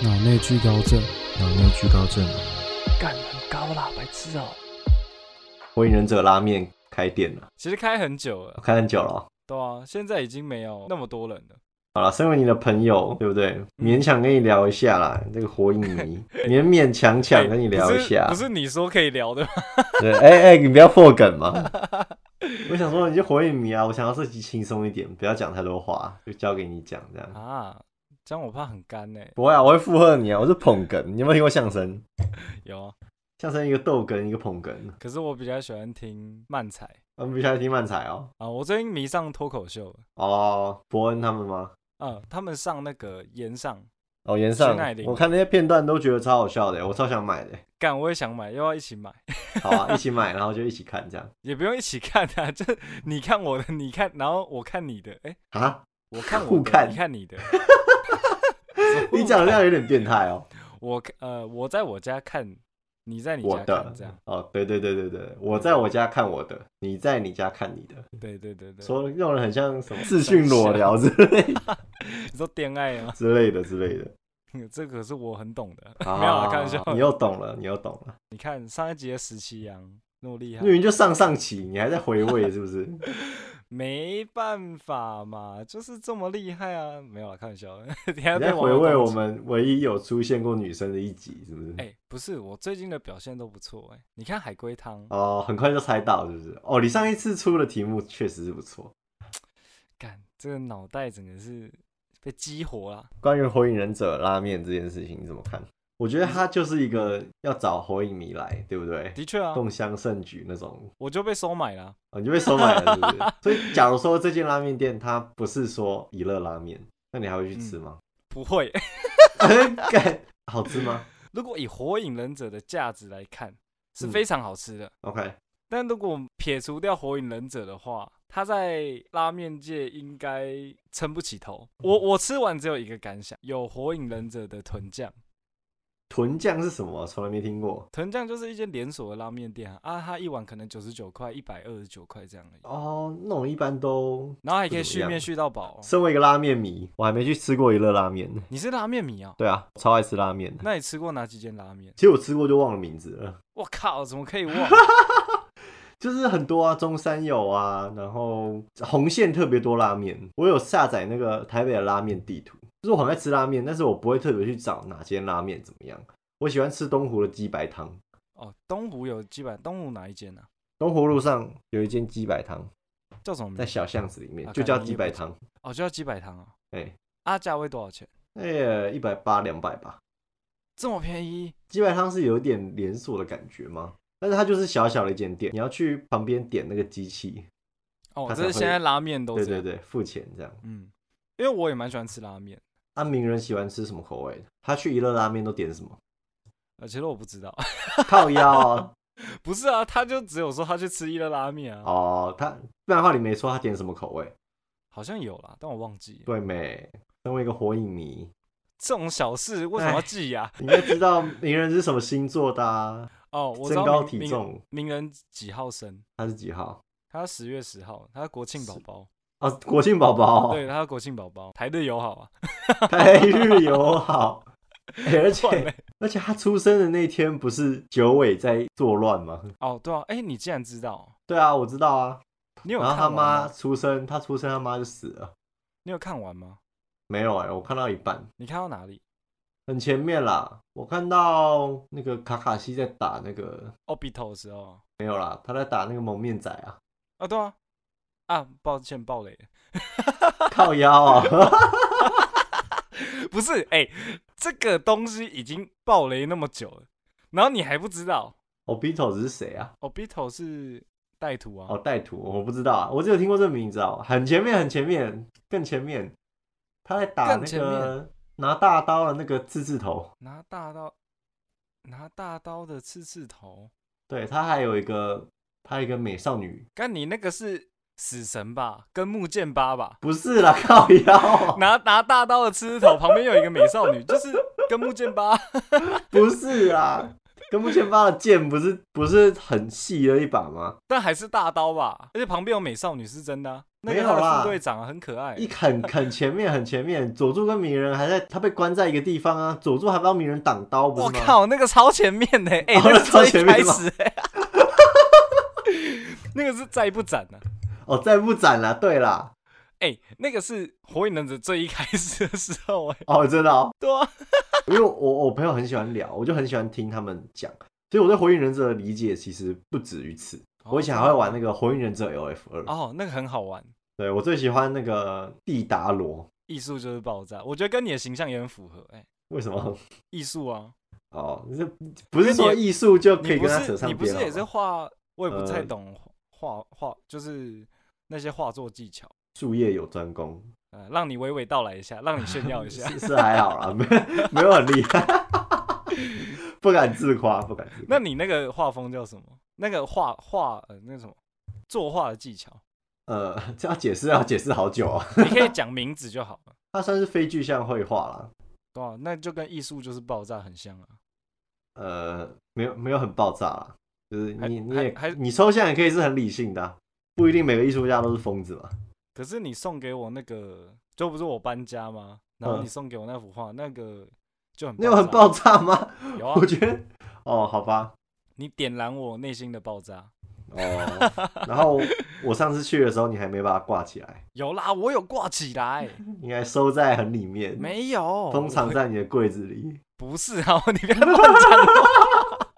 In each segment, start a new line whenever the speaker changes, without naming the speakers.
脑内聚高症。
脑内惧高症。
干很高啦，白痴哦、
火影忍者拉面开店了，
其实开很久
我
了，
看很久了哦。
对啊，现在已经没有那么多人了。嗯
好了，身为你的朋友，对不对？勉强跟你聊一下啦，这个火影 迷，勉勉强强跟你聊一下。
哎不是不是你说可以聊的吗？
对，哎、哎、你不要破梗嘛。 我想说，你就火影迷啊，我想要自己轻松一点，不要讲太多话，就交给你讲这样。
啊，这样我怕很干呢、欸
不会啊，我会附和你啊，我是捧哏。你有没有听过相声？
有啊，
相声一个逗哏，一个捧哏。
可是我比较喜欢听漫才
我们必须要听漫才哦。
啊，我最近迷上脱口秀了。
哦，伯恩他们吗？
嗯，他们上那个岩上，
哦，岩上
徐乃，麟
我看那些片段都觉得超好笑的，我超想买的。
干我也想买，又要一起买，
好啊，一起买，然后就一起看这样。
也不用一起看啊， 就是你看我的，你看，然后我看你的，哎、
啊，
我看
互
我的，
看。
你看你的
你讲的这样有点变态哦。
我看呃，我在我家看，你在你
我
家
的
看，这样，
哦，对对对对对，我在我家看我的，你在你家看你的，
对对对对，
说让人很像什么自讯裸聊之类
你说恋爱吗？
之类的之类的。
这可是我很懂的，
啊
没有啦，开玩笑。
你又懂了，你又懂了，
你看上一集的十七阳那么厉害
那，明明就上上期，你还在回味是不 是？
没办法嘛，就是这么厉害啊！没有啦，开玩笑的。 等一下
你
被
在
网
回
友
味
攻
我
击。
们唯一有出现过女生的一集是不是？
哎、不是，我最近的表现都不错哎、你看海龟汤，
哦，很快就猜到是不是？哦，你上一次出的题目确实是不错，
干、这个脑袋整个是被激活了。
关于火影忍者拉面这件事情你怎么看？我觉得他就是一个要找火影迷来，对不对？
的确啊，
共襄盛举那种
我就被收买了。
哦，你就被收买了，是不是？ 所以，假如说这间拉面店它不是说一乐拉面，那你还会去吃吗？
不会，
干好吃吗
如果以火影忍者的价值来看，是
嗯
非常好吃的。
？OK，
但如果撇除掉火影忍者的话，他在拉面界应该撑不起头。
嗯
我我吃完只有一个感想，有火影忍者的豚酱，
豚酱是什么？从来没听过。
豚酱就是一间连锁的拉面店啊，啊它一碗可能九十九块、一百二十九块这样而已，
哦，那种一般都，
然后还可以
不怎么
续
样
面续到饱哦、
身为一个拉面迷，我还没去吃过一乐拉面。
你是拉面 迷啊、
对啊，超爱吃拉面的。
那你吃过哪几间拉面？
其实我吃过就忘了名字了，
我靠，怎么可以 忘？
就是很多啊，中山有啊，然后红线特别多拉面。我有下载那个台北的拉面地图，就是我很爱吃拉面，但是我不会特别去找哪间拉面怎么样。我喜欢吃东湖的鸡白汤，
哦，东湖有基本东湖哪一间呢、
东湖路上有一间鸡白汤，
啊？叫什么
在
名字？
小巷子里面，
啊
就叫
看你
鸡
也不
白
知
汤。
哦，就叫鸡百堂啊。
哎、
啊，价位多少钱？
那哎一百八两百吧。
这么便宜？
鸡白汤是有一点连锁的感觉吗？但是它就是小小的一间店，你要去旁边点那个机器，
哦，
它
这
才
是
会
现在拉面都
对
这
对
样。
对，付钱这样。
嗯，因为我也蛮喜欢吃拉面，
啊，名人喜欢吃什么口味的？他去一乐拉面都点什么？
呃，其实我不知道，
靠腰啊
不是啊，他就只有说他去吃一乐拉面啊，
哦，他不然的话你没说他点什么口味？
好像有啦，但我忘记了。
对没？身为一个火影迷，
这种小事为什么要记呀、
你应该知道名人是什么星座的啊？
哦，我知
身
道
高
名
体
名
重
名人几号生？
他是几号？
他十月十号，他国庆宝宝，
啊，国庆宝宝，
对，他国庆宝宝，台日友好啊，
台日友 好。哎而
断
且
嘞
而且他出生的那天不是九尾在作乱吗？
哦，对啊，哎、你竟然知道，
对啊，我知道啊。
你有
然后
看
他
完
妈
吗？
出生，他出生他妈就死了。
你有看完吗？
没有哎、我看到一半，
你看到哪里？
很前面啦。我看到那个卡卡西在打那个
哦，比头的时候啊，
没有啦，他在打那个蒙面仔啊，
啊，对啊，啊，抱歉，暴雷了，
靠腰啊、
不是，哎、这个东西已经爆雷那么久了，然后你还不知道
哦 b i t o 是谁啊？
，Obito 是带图啊，
哦，带图我不知道啊，我只有听过这个名字啊。很前面，很前面，更前面，他在打
更
那
前
个
面
拿大刀的那个自治头。
拿大刀，拿大刀的刺刺头，
对他还有一个，他一个美少女，
干你那个是死神吧，跟木剑八吧，
不是啦， 靠腰 啊，
拿拿大刀的刺刺头旁边有一个美少女，就是跟木剑八，
不是啦，跟木千发的剑不是不是很细的一把吗？
但还是大刀吧，而且旁边有美少女是真的、啊，那
没
个
有
他的
啦
副队长啊，很可爱
一。砍砍前面，很前面，佐助跟鸣人还在，他被关在一个地方啊，佐助还帮鸣人挡刀，不
我
是吗？
靠，那个超前面 呢、欸，哎、
哦
那
那超
是最
前
一
面
开
吗
始、欸， 那个是再不斩呢、啊。
哦，再不斩啦，对啦，
哎、那个是火影忍者最一开始的时候、欸，哎，
哦，我知道，
对啊，
因为我我朋友很喜欢聊，我就很喜欢听他们讲，所以我对火影忍者的理解其实不止于此。我以前还会玩那个火影忍者 LF 二、
哦，那个很好玩，
对我最喜欢那个蒂达罗，
艺术就是爆炸，我觉得跟你的形象也很符合、哎，
为什么？
艺术啊，
哦，这不是说艺术就可
你
以
不
跟他扯
是你
上
不是
边哦
也是
了吗？
画，我也不太
呃
懂画画，就是那些画作技巧。
术业有专攻，
呃，让你娓娓道来一下，让你炫耀一下。
是是还好啦，没没有很厉害，不敢自夸，不敢自夸。
那你那个画风叫什么？那个画画呃，那个什么作画的技巧，
呃，这要解释要解释好久啊、
你可以讲名字就好了，
它算是非具象绘画啦，
对啊，那就跟艺术就是爆炸很像啊。
呃，没有没有很爆炸啦，就是
还
你你也
还还
你抽象也可以是很理性的啊、不一定每个艺术家都是疯子嘛。
可是你送给我那个，就不是我搬家吗？然后
嗯
你送给我那幅画，那个就很
那有很
爆
爆炸吗？
炸，有啊
我，觉得哦，好吧，
你点燃我内心的爆炸。
哦， 然后我上次去的时候你还没把它挂起来，
有啦，我有挂起 来，
应该收在很里面，
没有。
封藏
我
在你的柜子里。
不是啊， 你不要乱讲话。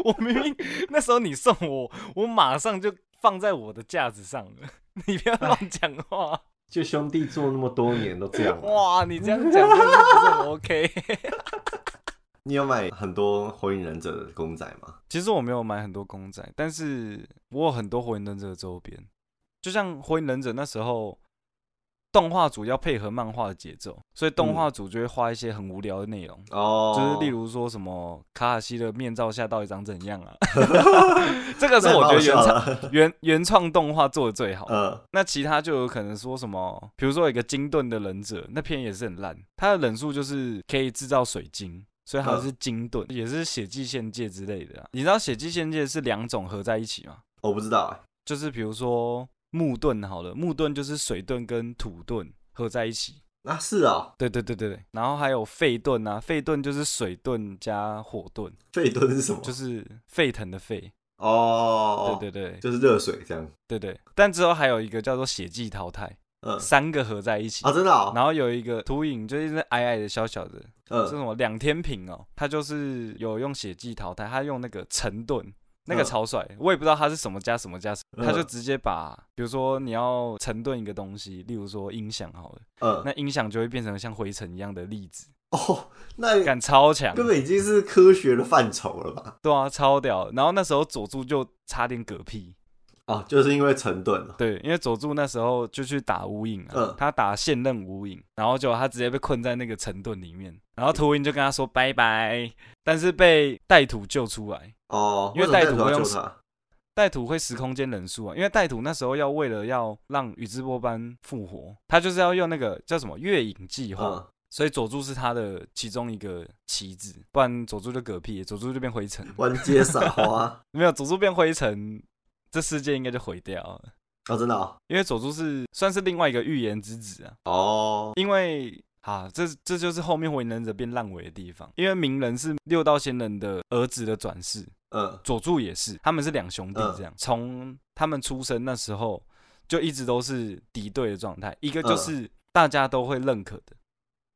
我明明那时候你送我，我马上就放在我的架子上了。 你不要乱讲话。
就兄弟做那么多年都这样、啊哇！
哇，你这样讲真的不是很 OK。
你有买很多火影忍者的公仔吗？
其实我没有买很多公仔，但是我有很多火影忍者的周边，就像火影忍者那时候。动画组要配合漫画的节奏，所以动画组就会画一些很无聊的内容，
哦
就是例如说什么卡卡西的面罩下到底长怎样啊？这个是我觉得原
原
创
厂，
原原创动画做的最好，
呃，
那其他就有可能说什么，比如说有一个金盾的忍者，那篇也是很烂，他的忍术就是可以制造水晶，所以它
嗯
是金盾，也是血祭仙界之类的啊、你知道血祭仙界是两种合在一起吗？
我不知道、欸，
就是比如说木盾好了，木盾就是水盾跟土盾合在一起。
啊，是啊、
对对对对对，然后还有沸盾啊，沸盾就是水盾加火盾，
沸盾是什么？
就是沸腾的沸。
哦，
对对对
就是热水这样。
对对，但之后还有一个叫做血祭淘汰，
嗯，
三个合在一起
啊，。真的哦，
然后有一个秃影，就是那矮矮的、小小的，是什
嗯，
么两天平哦，他就是有用血迹淘汰，他用那个沉盾，那个
嗯
超帅，我也不知道他是什么加什么加什么，
嗯
他就直接把，比如说你要沉盾一个东西，例如说音响好了，
嗯，
那音响就会变成像灰尘一样的粒子，
哦，那
感超强，
根本已经是科学的范畴了吧？
对啊，超屌。然后那时候佐助就差点嗝屁，
哦，就是因为成盾了。
对，因为佐助那时候就去打无影啊，
嗯
他打现任无影，然后结果他直接被困在那个沉盾里面，然后
嗯
秃鹰就跟他说拜拜，但是被带土救出来。
哦，
因为
什
带
么
土
土
会
要
用
救他。
带土会时空间忍术啊，因为带土那时候要为了要让宇智波斑复活，他就是要用那个叫什么月影计划，
嗯，
所以佐助是他的其中一个棋子，不然佐助就嗝屁，佐助就变灰尘，
玩接撒花。
没有佐助变灰尘，这世界应该就毁掉了，
哦，真的 哦。
因为佐助是算是另外一个预言之子啊，
哦，
因为啊，这这就是后面火影忍者变烂尾的地方，因为鸣人是六道仙人的儿子的转世，
嗯，
佐助也是，他们是两兄弟这样，从、他们出生那时候就一直都是敌对的状态，一个就
嗯
是大家都会认可的，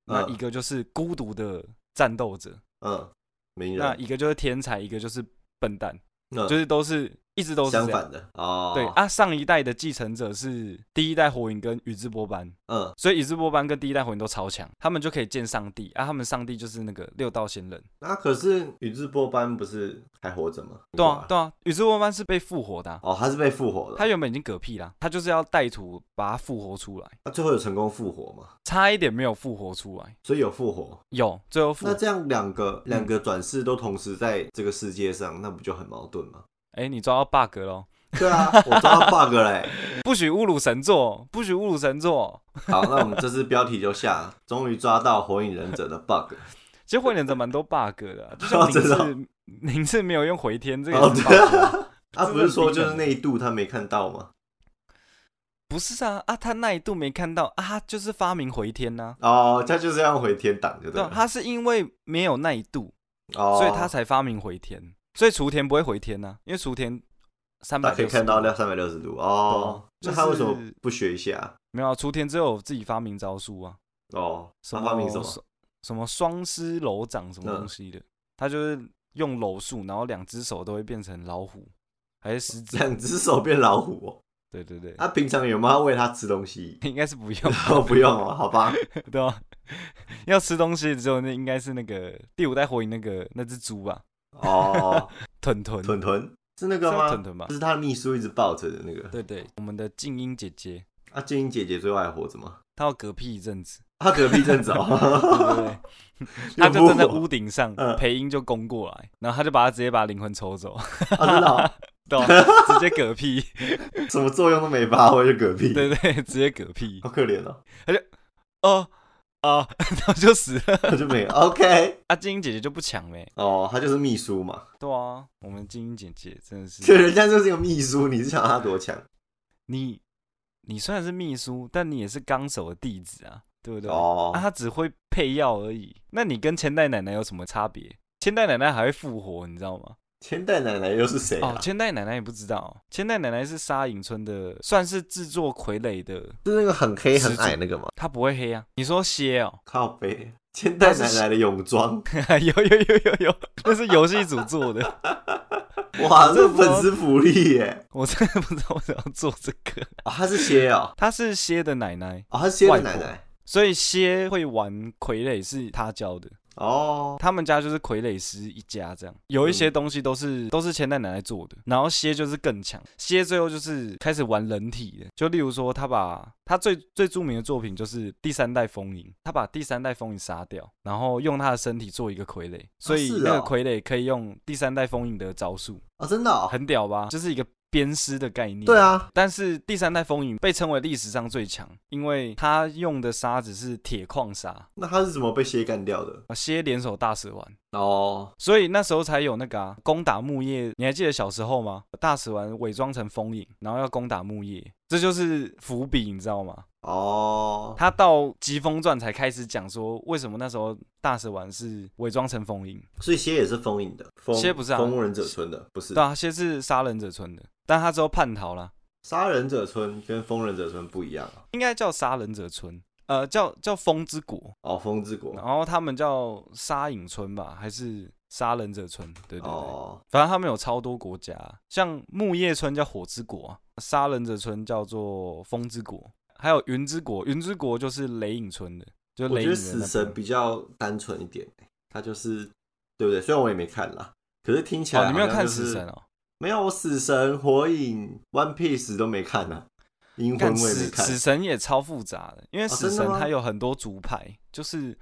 那
嗯
一个就是孤独的战斗者，
嗯，鸣
那
人，
一个就是天才，一个就是笨蛋，
嗯
就是都是一直都是
相
这样。
反的。哦，
对，啊，上一代的继承者是第一代火影跟宇智波斑，
嗯，
所以宇智波斑跟第一代火影都超强，他们就可以见上帝啊，他们上帝就是那个六道仙人。
那可是宇智波斑不是还活着吗？
对啊，对啊，宇智波斑是被复活的啊、
哦，他是被复活
他
的，
原本已经嗝屁啦，他就是要带土把他复活出来，
他最后有成功复活嘛？
差一点没有复活出来，
所以有复活。
有最后复嗯
那这样两个两个转世都同时在这个世界上，那不就很矛盾吗？
哎、你抓到 bug 咯，
对啊， 我抓到 bug 欸嘞、
不许侮辱神作，不许侮辱神作。
好，那我们这次标题就下，终于抓到火影忍者的 bug。
其实火影忍者蛮多 bug 的啊、就
哦
像
真的
宁次宁次没有用回天这个
哦
也是
对
bug 啊。
他不是说就是那一度他没看到吗？
不是啊啊，他那一度没看到啊，他就是发明回天呐、
哦，他就是要回天档，就
对
对
啊，
了。
他是因为没有那一度，
哦，
所以他才发明回天。所以雏田不会回天呐、因为雏田三
他
百
可以看到那三百六十度哦。
对啊
那他为什么
就是
不学一下？
没有啊，雏田只有自己发明招数啊，
哦，
什
他
么
发明什么？
双什么双狮楼掌什么
嗯
东西的，他就是用楼术，然后两只手都会变成老虎还是狮 子？
两只手变老虎哦。
对对对，？
他平常有没有喂它吃东西
应该是不用
哦，不用哦，好吧。
对吧？要吃东西只有那应该是那个第五代火影那个那只猪吧，
哦，
豚豚。
屯屯是那
是
个
叫
吗？
豚豚吧
就？是他的秘书一直抱着的那个。
对对，我们的静音姐姐，
啊，静音姐姐最后还活着吗？
她要嗝屁一阵子，
她隔壁正早，
对不对？她就站在屋顶上
嗯，
裴英就攻过来，然后她就把她直接把灵魂抽走，
啊，真的 哦、
对吧，直接嗝屁，
什么作用都没发挥，就隔壁，
对对，直接嗝屁
好，可怜哦，
哦哦， 然后就死了。
他就没有 OK
啊，静音姐姐就不强嘞，
哦，他就是秘书嘛，
对啊，我们静音姐姐真的
这
是
人家就是一个秘书，你是想他多强
你，你虽然是秘书，但你也是纲手的弟子啊，对不对？
哦
啊，？他只会配药而已。那你跟千代奶奶有什么差别？千代奶奶还会复活，你知道吗？
千代奶奶又是谁
哦
啊，？
千代奶奶也不知道哦。千代奶奶是沙影村的，算是制作傀儡的。
是那个很黑很矮那个吗？
她不会黑啊？你说蝎哦？
靠背，千代奶奶的泳 装，
有有有有有，那是游戏组做的。
哇，
这
这
不
粉丝福利耶！
我真的不知道为什么要做这个。
哦，他是蝎哦，
她是蝎的奶奶，
哦，他是蝎的奶奶
所以蝎会玩傀儡是她教的。
哦，
他们家就是傀儡师一家这样，有一
嗯
些东西都是、都是千代奶奶做的，然后蝎就是更强，蝎最后就是开始玩人体的，就例如说他把他最最著名的作品就是第三代风影，他把第三代风影杀掉，然后用他的身体做一个傀儡，所以
是哦
那个傀儡可以用第三代风影的招数，
哦，真的哦，
很屌吧？就是一个鞭尸的概念。
对。啊，
但是第三代风影被称为历史上最强，因为他用的沙子是铁矿砂，
那他是怎么被蝎干掉的？
啊蝎联手大蛇丸。
哦，
所以那时候才有那个啊，攻打木叶。你还记得小时候吗？大蛇丸伪装成风影，然后要攻打木叶，这就是伏笔，你知道吗？
哦，
他到《疾风传》才开始讲说，为什么那时候大蛇丸是伪装成风影？
所以蝎也是封印的，封
蝎不是啊
封忍者村的，不是
对啊，先是杀人者村的，但他之后叛逃了，
杀人者村跟封忍者村不一样啊
应该叫杀人者村，呃，叫叫风之国，
哦，风之国
然后他们叫杀影村吧，还是杀人者村？对对对。
哦，
反正他们有超多国家，像木叶村叫火之国啊，杀人者村叫做风之国，还有云之国。云之国就是雷影村的，就
我
雷
觉
影
得
的那
死
边
神比较单纯一点，他就是对不对？虽然我也没看啦，可是听起来、
哦，你没有看死神？哦？
没有，我死神、火影、One Piece 都没看呢、啊，银魂
看
我也没
死
看。
死神也超复杂的，因为
哦
死
真
神
的吗
它有很多族派，就是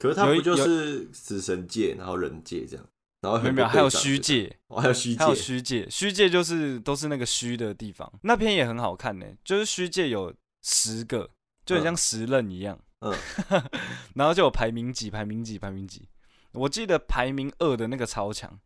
可是他
有一
不就是死神界，然后人界这样，然后
没有
很多
没有，还有
队长
虚
这样，
界，
哦，还有虚界
还，有虚界，虚界就是都是那个虚的地方，那篇也很好看呢、就是虚界有十个，就很像十任一样，
嗯，
然后就有排名几，排名几，排名几，我记得排名二的那个超强，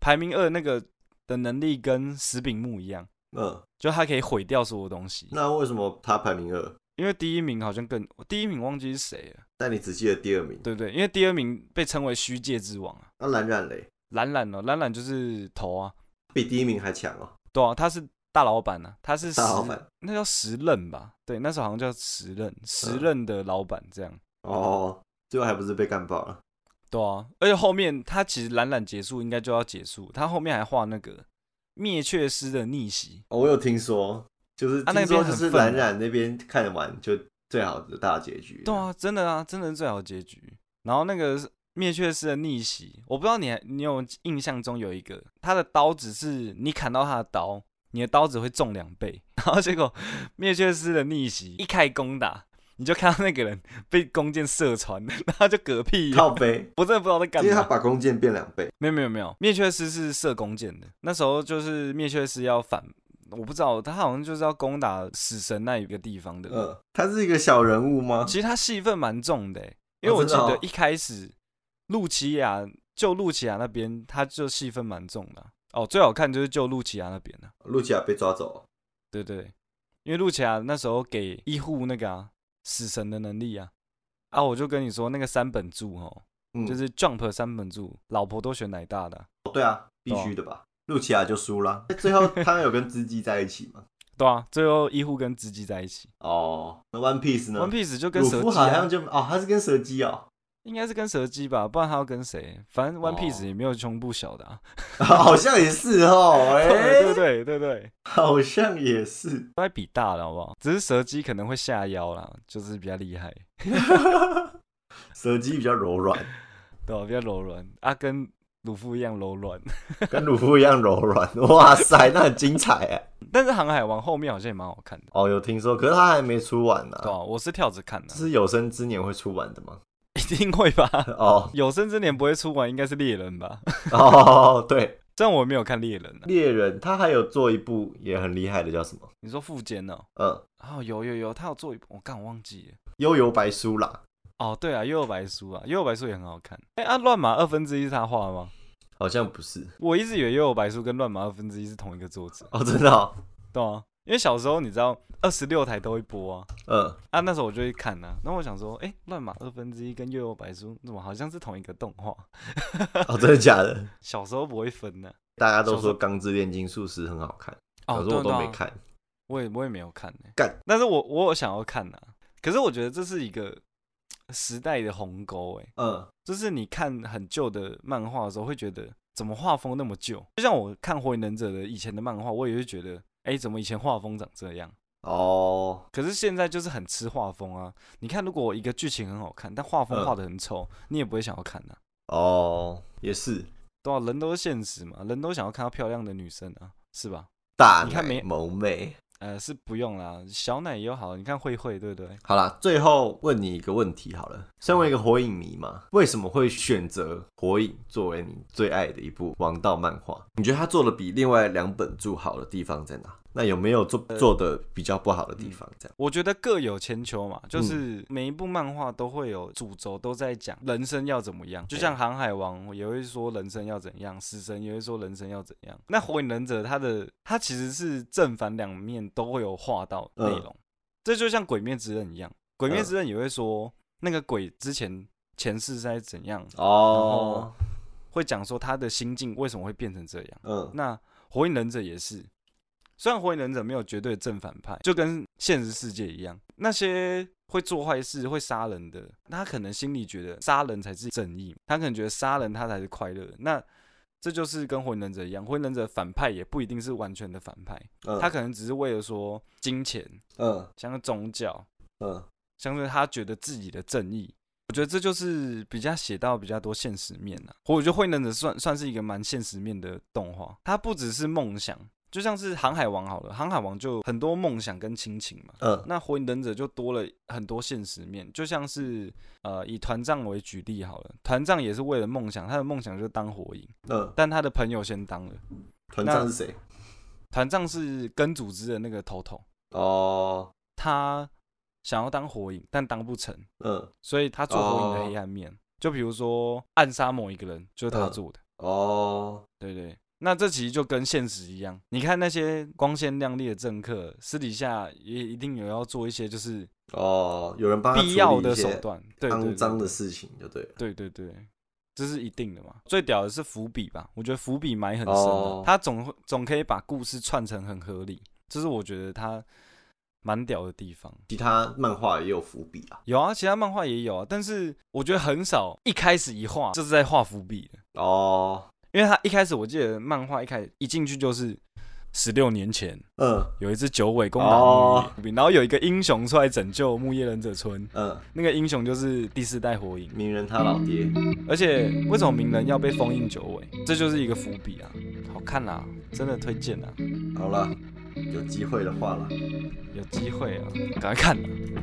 排名二那个的能力跟石柄木一样，
嗯，
就他可以毁掉所有东西，
那为什么他排名二？
因为第一名好像更，第一名忘记是谁了，
但你只记得第二名，
对不对？因为第二名被称为虚界之王啊，
那蓝染嘞
懒懒哦，懒懒就是头啊，
比第一名还强哦，
对啊，他是大老板啊，他是
大老
十
板
那叫时任吧？对，那时候好像叫时任，时
嗯
任的老板这样。
哦，最后还不是被干爆了？
对啊，而且后面他其实懒懒结束应该就要结束，他后面还画那个灭却师的逆袭，
哦，我有听说，就是
啊那
听说
边
就
很
是
愤
蓝染那边看完就最好的大结局。
对，啊，真的啊，真的是最好结局。然后那个灭却师的逆袭，我不知道你还你有印象中有一个，他的刀只是你砍到他的刀，你的刀只会中两倍。然后结果灭却师的逆袭一开攻打，你就看到那个人被弓箭射穿，然后就嗝屁了。
靠背，
我真的不知道在干
因为他
嘛。
把弓箭变两倍，
没有没有没有，灭却师是射弓箭的，那时候就是灭却师要反。我不知道，他好像就是要攻打死神那一个地方的，
嗯嗯，他是一个小人物吗？
其实他戏份蛮重的欸，因为
哦
我
真
记
的
得
哦
一开始路奇亚就路奇亚那边，他就戏份蛮重的啊、哦，最好看就是就路奇亚那边的、啊
露琪亚被抓走，
对对，因为路奇亚那时候给医护那个啊死神的能力啊，啊，我就跟你说那个三本柱哦，
嗯，
就是 Jump 三本柱，老婆都选奶大的啊、
对啊，必须的吧。露琪亚就输了，最后他有跟织姬在一起嘛？
对啊，最后医护跟直击在一起。
哦，那 One Piece 呢
One Piece 就跟
鲁
蛇
夫
姬、
好
啊
像，就哦，他是跟蛇姬哦，
应该是跟蛇姬吧，不然他要跟谁？反正 One
哦
Piece 也没有胸部小的啊，
好像也是哦，哎、
对对对对，
好像也是。
都在比大的好不好？只是蛇姬可能会下腰啦，就是比较厉害，
蛇姬比较柔软，
对吧、比较柔软啊，跟鲁夫一样柔软。
跟鲁夫一样柔软。哇塞，那很精彩哎！
但是《航海王》后面好像也蛮好看的，
哦，有听说，可是他还没出完呢、
对啊，我是跳着看的
这
啊、
是有生之年会出完的吗？
一定会吧？
哦
有生之年不会出完，应该是猎人吧？
哦，对，
虽然我没有看猎人啊，
猎人他还有做一部也很厉害的，叫什么？
你说富坚呢？
嗯，
哦，有有有，他有做一部，我刚忘记了。
幽游白书啦，
哦，对啊，幽游白书啊，幽游白书也很好看。哎、啊，乱马二分之一是他画的吗？
好像不是
我一直以为幽游白书跟乱马二分之一是同一个作者，
哦，真的、哦，
对啊，因为小时候你知道二十六台都会播啊，
嗯，
啊，那时候我就会看啊，然后我想说，哎、乱马二分之一跟幽游白书怎么好像是同一个动画？
哦，真的假的？
小时候不会分呢、
大家都
小时
说
候
《钢之炼金术师》很好看，
哦，
可是我
对
都
啊
没
对啊
看。
我也我也没有看呢、
干
但是我我有想要看呐、可是我觉得这是一个嘖时代的鸿沟哎，
嗯，
就是你看很旧的漫画的时候，会觉得怎么画风那么旧？就像我看《火影忍者》的以前的漫画，我也会觉得，哎、怎么以前画风长这样？
哦，
可是现在就是很吃画风啊！你看，如果一个剧情很好看，但画风
嗯
画的很丑，你也不会想要看呐、
哦，也是
对啊，人都是现实嘛，人都想要看到漂亮的女生啊，是吧？
大
你看
奶
没
萌妹。
呃，是不用啦，小奶油好，你看慧慧对不对？
好啦，最后问你一个问题好了，身为一个火影迷嘛，为什么会选择火影作为你最爱的一部王道漫画？你觉得它做的比另外两本著好的地方在哪？那有没有做做的比较不好的地方？这样，
我觉得各有千秋嘛，就是每一部漫画都会有主轴，都在讲人生要怎么样。就像《航海王》也会说人生要怎样，《死神》也会说人生要怎样。那《火影忍者》它的它其实是正反两面都会有画到内容，这就像《鬼灭之刃》一样，《鬼灭之刃》也会说那个鬼之前前世是在怎样，
哦，
会讲说他的心境为什么会变成这样。
嗯，
那《火影忍者》也是，虽然《火影忍者》没有绝对的正反派，就跟现实世界一样，那些会做坏事、会杀人的，他可能心里觉得杀人才是正义，他可能觉得杀人他才是快乐。那这就是跟火影忍者一样，火影忍者反派也不一定是完全的反派，
嗯
他可能只是为了说金钱、
嗯
像是宗教、
嗯，
像是他觉得自己的正义。我觉得这就是比较写到比较多现实面啊。我觉得《火影忍者算》算是一个蛮现实面的动画，它不只是梦想，就像是《航海王》好了，《航海王》就很多梦想跟亲情嘛。
嗯
那《火影忍者》就多了很多现实面，就像是呃以团藏为举例好了，团藏也是为了梦想，他的梦想就是当火影，
嗯，
但他的朋友先当了。
团长是谁？
团藏是跟组织的那个头头，
哦，
他想要当火影，但当不成，
嗯，
所以他做火影的黑
哦
暗面，就比如说暗杀某一个人，就
嗯
是他做的，
哦，
对对。那这其实就跟现实一样，你看那些光鲜亮丽的政客，私底下也一定有要做一些就是
哦，有人帮他
必要
处理
的
一些
手段，对对
肮脏
对
的事情就对了。
对对对，这是一定的嘛。最屌的是伏笔吧，我觉得伏笔埋很深
哦
的，他总会总可以把故事串成很合理，这是我觉得他蛮屌的地方。
其他漫画也有伏笔啊。
有啊，其他漫画也有啊，但是我觉得很少一开始一画就是在画伏笔的。
哦，
因为他一开始我记得漫画一开始一进去就是十六年前
嗯
有一只九尾公打木
哦
叶兵，然后有一个英雄出来拯救木叶忍者村，
嗯，
那个英雄就是第四代火影。
鸣人他老爹，
而且为什么鸣人要被封印九尾？这就是一个伏笔啊，好看啊，真的推荐啊，
好了，有机会的话了。
有机会啊，赶快看啊、